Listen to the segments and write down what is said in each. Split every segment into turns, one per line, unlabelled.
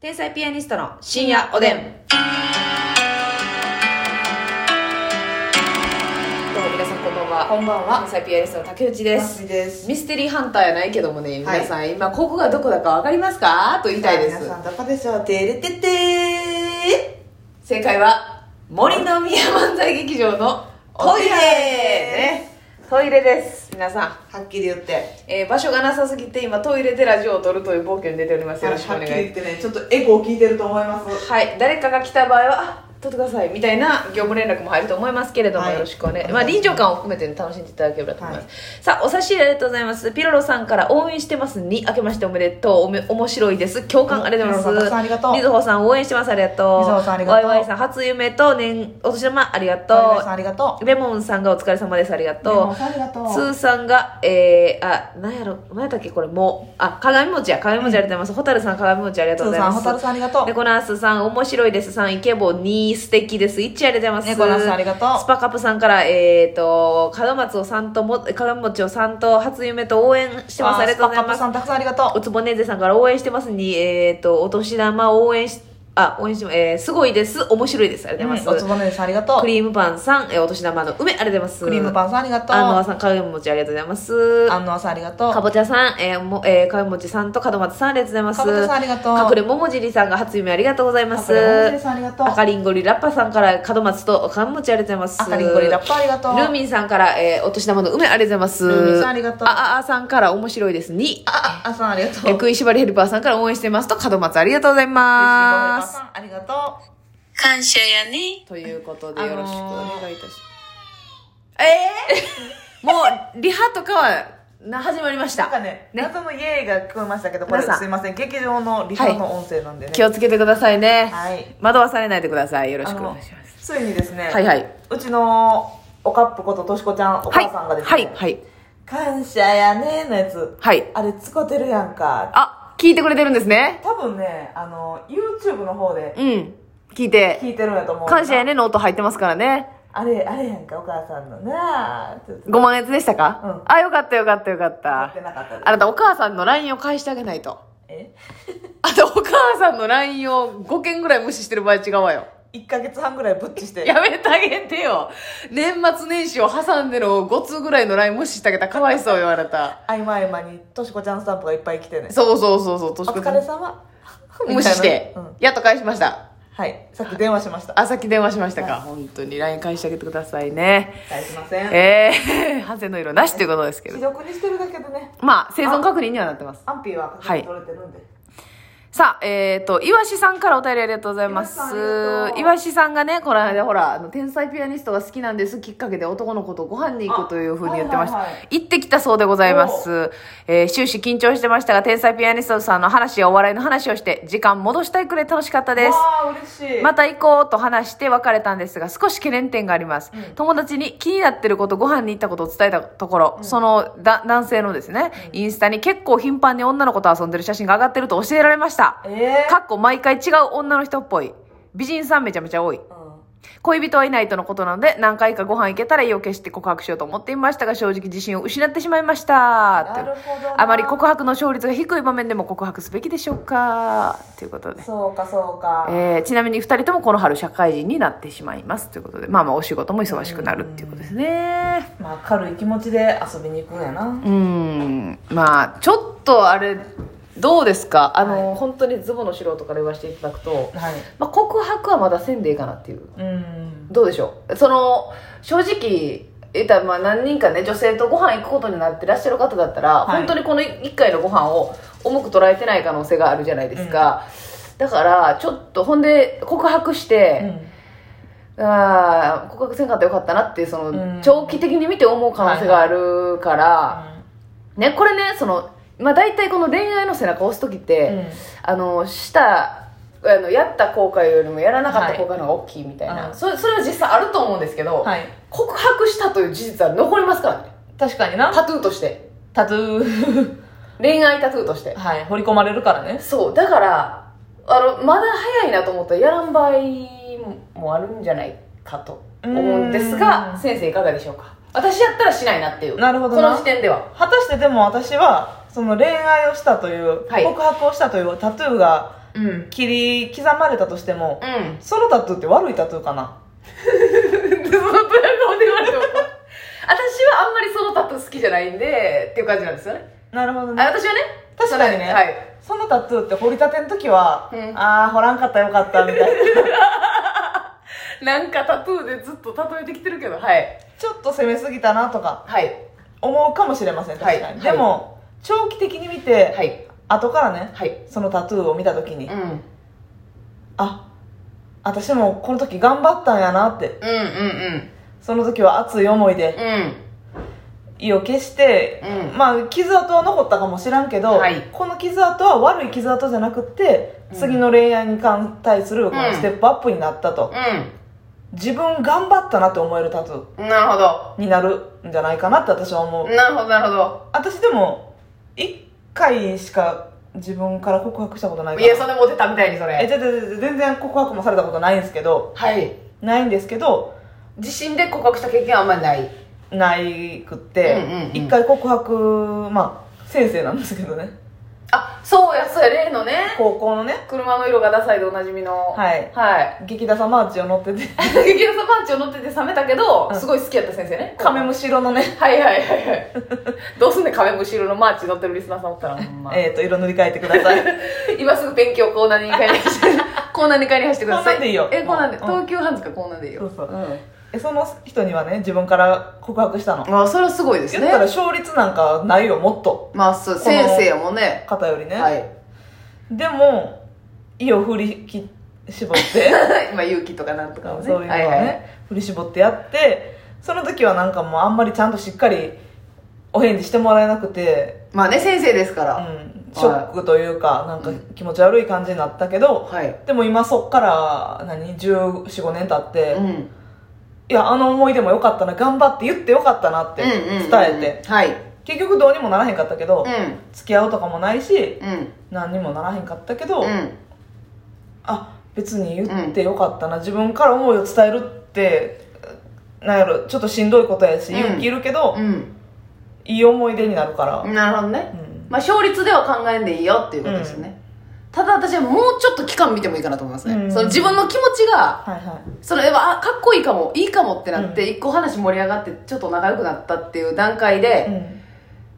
天才ピアニストの深夜おでん。どうも皆さんこんばんは。
こんばんは
天才ピアニストの竹内です。
松井です
ミステリーハンターやないけどもね、
はい
皆さん、今ここがどこだかわかりますかと言いたいです
皆。さんどこでしょうてれてて
正解は、森の宮漫才劇場のトイレ
お手洗い
ねトイレです。皆さん。
ーはっきり言って
えー場所がなさすぎて今トイレでラジオを撮るという暴挙に出ておりますよろしくお
は
願
っ
い
き
しま
り
す
言ってねちょっとエコー聞いてると思います
はい、誰かが来た場合はあ「取ってください」みたいな業務連絡も入ると思いますけれども、
はい
よろしくお願い
お願いします
まあ、臨場感を含めてね、楽しんでいただければと思います、
は
さあお差し入れありがとうございますピロロさんから「応援してます」に「明けましておめでとう」おめ「面白いです」「共感
お
ありがとうござい
ピロロ
ま
さんたく
す
さん」ありがとう
みずほさん応援してますありがとう
みずほさんありがとう
わいわいさん初夢と年お年玉ありがとう
お祝いさんありがとう
レモンさんがお疲れ様ですありがとう
レモンさんありがとう
スーさんがえー、あなんやろ何やったっけこれもうあ鏡餅や鏡餅ありがとうございます、ホタルさん鏡餅ありがとうございます
スーさんホタルさんありがとう
猫ナースさん面白いですさんイケボ2素敵です1ありがとうございます
猫ナースさんありがとう
スパカップさんからえっ、ー、と門松をさんとも鏡餅をさんと初夢と応援してますありがとうございます
スパッカップさんたくさんありがと
おつぼねぜさんから応援してますに、えっ、と、お年玉応援し、あ、応援して、えーすごいです。面白いです。ありが
う、
とうご
お
ざい
つ
ます。
ぼねさんありがとう
ク
クリ
リームパンさん、えーお年玉の梅、ありがとうございます。
ームパ
ン。
ンさんありがとう
あの、さん、かげもちありがとうございます。
安納さんありがとう
かぼちゃさん、えーもえー、かげもちさんと門松さん、ありがとうございます。
かぼちゃさんありがとう
隠れももじりさんが初夢ありがとうございます。
隠れももじりさんありがとう
赤りんごりラッパさんから門松とかんもちありがとうございます。
赤リンゴリラッパありがとう
ルーミンさんから、えーお年玉の梅、ありがとうございます。
ルーミンさんありがとう
あああさんから面白いです。に、
あああさんありがと
えー
う
食いしばりヘルパーさんから応援してますと門松ありがとうございま
さ
す
んありがとう
感謝やね。
ということ
あ
で
のー
よろしくお願いいたします、えー、 もうリハとかはな始まりまし
なんか
た
ね謎のイエーイが聞こえましたけどこれ
皆さん
すいません劇場のリハの音声なんでね
気をつけてくださいね、
はい
惑わされないでくださいよろし
あ
くお
の
願いします
ついにですね
はいはいう
ちのおかっぷこととしこちゃんお
はい
母さんがですね、
はいはい
感謝やねーのやつ
はい
あれ使ってるやんか
あ聞いてくれてるんですね
多分ねあの YouTube の方で
うん聞いて
聞いてるんやと思う
感謝やねの音入ってますからね
あれあれやんかお母さんのなあって言って
ご満悦でしたか、
うん
あよかったよかったよかっ
言
た
ってなかったです
あなたお母さんの LINE を返してあげないと
え
あと、お母さんの LINE を5件ぐらい無視してる場合違うわよ。
1ヶ月半ぐらいぶっちして
やめてあげてよ。年末年始を挟んでの5通ぐらいの LINE 無視してあげたらかわいそうよ、あなた。
合間合間にとしこちゃんスタンプがいっぱい来てね
そうそうそうそう、
お
年越し
疲れ様
無視して
みたいなうん、
やっと返しました。
はいさっき電話しました
あ、さっき電話しましたか。本当に LINE 返してあげてくださいね。
大しません
えー、 反省の色なしということですけ
既
ど。
読にしてるだけでね
まあ、生存確認にはなってます。
安否は確認取れてるんで、
さあ、えっ、と、岩師さんからお便りありがとうございます
岩師さんありがと。う
岩師さんがね、この間ほら、あの、天才ピアニストが好きなんですきっかけで男の子とご飯に行くというふうに言ってました。
あはいはいは
行ってきたそうでございます。えー終始緊張してましたが、天才ピアニストさんの話やお笑いの話をして、時間戻したいくらい楽しかったです。
わあ嬉しい
また行こうと話して別れたんですが、少し懸念点があります。友達に気になってること、ご飯に行ったことを伝えたところ、そのだ男性のですね、インスタに結構頻繁に女の子と遊んでる写真が上がってると教えられました。
え
かっこ毎回違う女の人っぽい。美人さんめちゃめちゃ多い。
ーうん
恋人はいないとのことなので、何回かご飯行けたら意を決して告白しようと思っていましたが、正直自信を失ってしまいました。
なるほどな
あまり告白の勝率が低い場面でも告白すべきでしょうかということで。
そうかそうか、
えーちなみに2人ともこの春社会人になってしまいますということでまあまあお仕事も忙しくなるっていうことですね
まあ軽い気持ちで遊びに行くんや
う
な、
んまあちょっとあれどうですかあの、本当にズボンの素人から言わせていただくと、
はい
まあ、告白はまだせんでいいかなっていう
うん
どうでしょうその正直言ったらまあ何人かね女性とご飯行くことになってらっしゃる方だったら、
はい
本当にこの1回のご飯を重く捉えてない可能性があるじゃないですか、だからちょっとほんで告白して、ああ告白せんかったらよかったなってその、
うん
長期的に見て思う可能性があるから、ねこれねその、まあ、大体この恋愛の背中を押す時って、あのしたあのやった後悔よりもやらなかった後悔の方が大きいみたいな、
うん
それそれは実際あると思うんですけど、
はい
告白したという事実は残りますからね
確かにな
タトゥーとして
タトゥー
恋愛タトゥーとして
はい掘り込まれるからね
そうだからあのまだ早いなと思ったらやらん場合もあるんじゃないかと思うんです
う
が
ん
先生いかがでしょうか私やったらしないなっていう
なるほど
こ
な
の時点では
果たしてでも私はその恋愛をしたという、
はい
告白をしたというタトゥーが
うん。 うん。
切り刻まれたとしても、そのタトゥーって悪いタトゥーかな
でそのプラ顔で言われて も。私はあんまりそのタトゥー好きじゃないんで、っていう感じなんですよね。
なるほど
あ、
ね
私はね。
確かにね
はい。
そのタトゥーって掘りたての時は、
うん
ああ掘らんかったよかったみたいな
な んかタトゥーでずっと例えてきてるけど、はい。
ちょっと攻めすぎたなとか
はい。
思うかもしれません
はい
確かに、
はい
でも長期的に見て、
はい。
後からね
はい。
そのタトゥーを見た時に、
うん。うん
あ私もこの時頑張ったんやなって
うん
その時は熱い思いで
うん。うん。
意を決して、
うん
まあ傷跡は残ったかもしらんけど、
はい
この傷跡は悪い傷跡じゃなくって
うん
次の恋愛に関対するこ
う
の
ん
ステップアップになったと、自分頑張ったなって思えるタトゥ
うん。なるほど。
ーになるんじゃないかなって私は思う、
なるほど、なるほど。
私でも1回しか自分から告白したことないか
い
ら
や、それモテたみたいに、そ
え
れ。
ちょちょちょ全然告白もされたことないんですけど
はい。
ないんですけど
自信で告白した経験はあんまりない。
ないくって、
うんうんうん
一回告白まあ先生なんですけどね
あ、そうや、そうや、例のね。
高校のね
車の色がダサいでおなじみの。
はい
はい。
劇団さんマーチを乗ってて
激安パンチを乗ってて冷めたけど、
うん
すごい好きやった先生ね。
カメム
シ。
シ色のね
はいはいはいはい。どうすんねん、カメムシ色のマーチ乗ってるリスナーさんおったら、ほん ま。
えっ、と色塗り替えてください
今すぐ勉強コーナーに帰りまして、 コーナーに帰りましてください。
コーナーでいいよ
え、コーナーで。
うん
東急ハンズかコーナーでいいよ。。
そうそうんえその人にはね自分から告白したの
あ、それはすごいです
言
ね
った。ら勝率なんかないよもっと
まあ、そう、
この
先生もね。
方よりね、
はい。
でも意を振りき絞って
今、勇気とかなんとかもね。
そういうのをね、
はいはい。
振り絞ってやってその時はなんかもうあんまりちゃんとしっかりお返事してもらえなくて、
まあね、先生ですか
う
ら。
ん、ショックというか、なんか気持ち悪い感じになったけど、
はい。
でも今そっから何1415年経って、
う
い
ん。うん
やあの思い出もよかったな頑張って言ってよかったなって伝えて、
て。はい。
結局どうにもならへんかったけど、
う
付き合うとかもないし
ん。うん。
何にもならへんかったけど、
うん。
あ別に言ってよかったな、自分から思いを伝えるってなんやろちょっとしんどいことやし、
うん
勇気いるけど、
う
いい思い出になるから、
ん。なるほど
う
ね。
ん
まあ、勝率では考えんでいいよっていうことですね。ただ私はもうちょっと期間見てもいいかなと思います
う
ね。
ん
その自分の気持ちが、
はいは
それは、あ、かっこいいかも、いいかもってなって、一個話盛り上がって、ちょっと仲良くなったっていう段階
い、う
で、
ん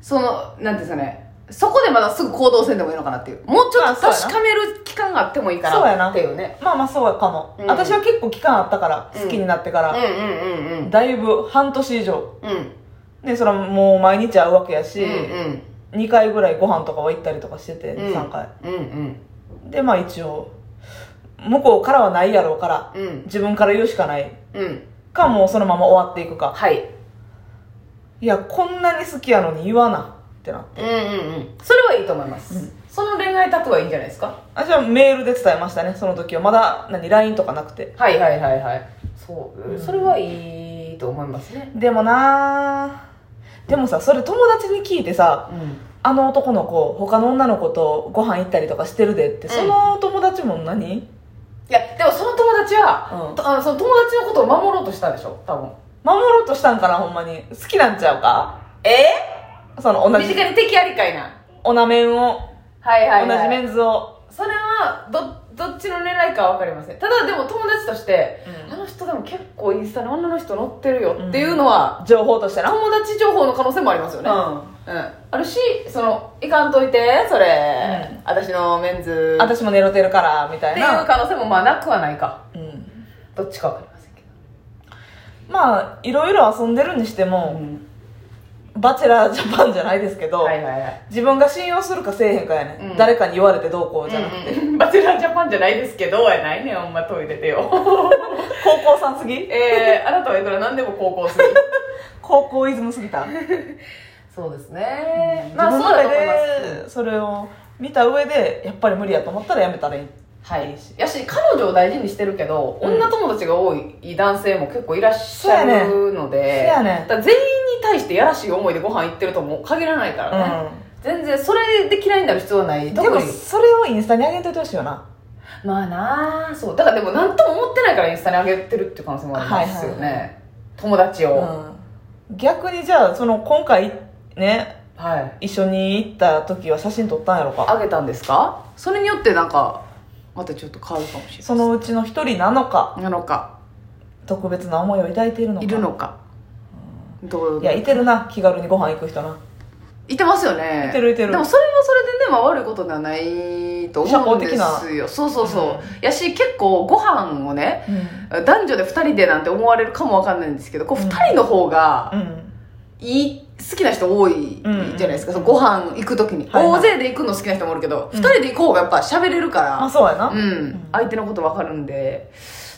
その、なんていうんですかね、そこでまだすぐ行動せんでもいいのかなっていう。もうちょっと
まあそうやな
確かめる期間があってもいいか
そうや
な
な
っていうね。
まあまあそうかも、
うん
私は結構期間あったから
うん
好きになってから、
うんうんうんうん。
だいぶ半年以上
うん。
ねそれはもう毎日会うわけやし、
うん
2回ぐらいご飯とかは行ったりとかしてて、
うん
3回
うん。うん
でまあ一応向こうからはないやろうから
うん。うん。
自分から言うしかない
うん。
かもうそのまま終わっていくか
はい。
いやこんなに好きやのに言わなってな
うんうんうん。それはいいと思います。
うん
その恋愛タトゥーはいいんじゃないですか
あじゃあメールで伝えましたねその時はまだ何 LINE とかなくて
はいはいはいはい。そう。
うん
それはいいと思いますね。
でもなぁでもさそれ友達に聞いてさ
うん。
あの男の子他の女の子とご飯行ったりとかしてるでって
うん
その友達も何、
いや、でもその友達は、
うん
とあのその友達のことを守ろうとしたでしょ多分。
守ろうとしたんかなほんまに好きなんちゃうか
え
その
ー、
同
身
じ
近に敵ありかいな。
オナメンを
はいはい、はい。
同じメンズを
それはどどっちの狙いかは分かりませんただでも友達として、
うん
あの人でも結構インスタに女の人乗ってるよっていうのは、
情報としてな、
友達情報の可能性もありますよね、うんあるしそのいかんといてそれ、
うん
私のメンズっていう
私も寝ろてるからみたいな
可能性もまあなくはないか
うん、
どっちか分かりませんけ
まあいろいろ遊んでるにしても
ど、、ん、
バチェラージャパンじゃないですけど、
はいはいはい
自分が信用するかせえへんかやね、
うん
誰かに言われてどうこうじゃなくて、
うんうんバチェラージャパンじゃないですけどやないねんほんまトイレで よ
高校さんすぎ
えー、あなたはいくら何でも高校生
高校イズムすぎた、
そうですね、
自
まあ
分
そ
の
うだと
中
思います
でそれを見た上でやっぱり無理やと思ったらやめたらいい
はい、やし彼女を大事にしてるけど、
うん
女友達が多い男性も結構いらっしゃるので、
せやね
だから全員に対してやらしい思いでご飯行ってるとも限らないからね、全然それで嫌いになる必要はない
うん、
特
でも
に
それをインスタに上げといてほしいよな
まあなあそうだからでも何とも思ってないからインスタに上げてるっていう可能性もありますよね、
はいはいは
友達を、
うん逆にじゃあその今回ね
はい
一緒に行った時は写真撮ったんやろか
上げたんですかそれによってなんかまたちょっと変わるかもしれない
そのうちの一人なのか
なのか
特別な思いを抱いているのか
いるのかどう
いやいてるな気軽にご飯行く人ない
てますよね
いてるいてる
でもそれはそれでね、まあ、悪いことではないと思うんで
社
す
交
よそうそうそう、
うん
やし結構ご飯をね
うん
男女で2人でなんて思われるかもわかんないんですけどこう
うん
2人の方が
うん
いい好きな人多いじゃないですか、
う
そ
ん
のご飯行く時に、
はいはい
大勢で行くの好きな人もおるけど、
うん
2人で行こうがやっぱ喋れるか
まあ
ら、
そうやな、
うん
ん
相手のことわかるんで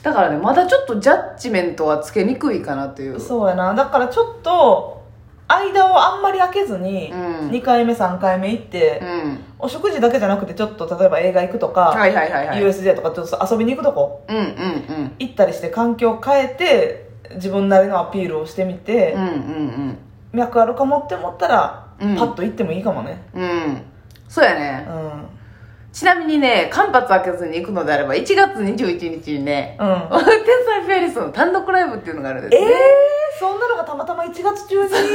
だからねまだちょっとジャッジメントはつけにくいかなという
そうやなだからちょっと間をあんまり開けずに、
うん
2回目3回目行って、
うん
お食事だけじゃなくてちょっと例えば映画行くとか、
はいはいはいはい
USJ とかちょっと遊びに行くとこ
うんうんうん
行ったりして環境を変えて自分なりのアピールをしてみて
うんう、ん
脈あるかもって思ったら、
うん
パッと行ってもいいかもね
うんうんそうやね
う、ん
ちなみにね間髪開けずに行くのであれば1月21日にね
うん
天才ピアニストの単独ライブっていうのがあるんです
え
ね
ー、そんなのがたまたま1 月中
この
に
間ね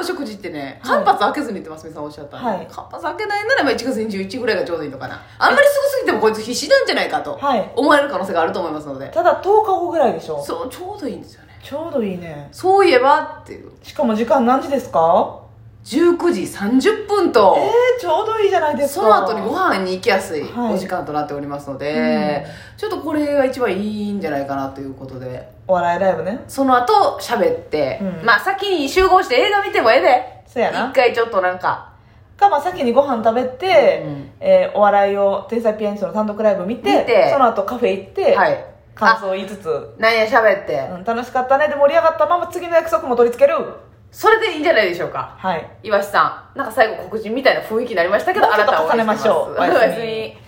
お食事行ってね間髪開けずに行ってますみさんおっしゃったんで、
はい
間髪開けないならば1月21ぐらいがちょうどいいのかなあんまりすぐ過ぎてもこいつ必死なんじゃないかと
はい
思われる可能性があると思いますので
ただ10日後ぐらいでしょ
そうちょうどいいんですよね
ちょうどいいね
そういえばっていう
しかも時間何時ですか
19時30分
え
と、
ー、ちょうどいいじゃないです
そ
か
の後にご飯に行きやすい
はい
お時間となっておりますので、ちょっとこれが一番いいんじゃないかなということで
お笑いライブね
その後喋って、
うん
まあ先に集合して映画見てもええで
そうや
一
な
回ちょっとなんか
か、まあ、先にご飯食べて、
うん
えーお笑いを天才ピアニストの単独ライブ見て
見て
その後カフェ行って、
はい
感想を言いつつ、う
何や喋って、
ん、楽しかったねで盛り上がったまま次の約束も取り付ける
それでいいんじゃないでしょうか
はい
岩橋さんなんか最後黒人みたいな雰囲気になりましたけど
もうちょっと重ねましょう
あなたを応援てます
おやす
お
み
やすみ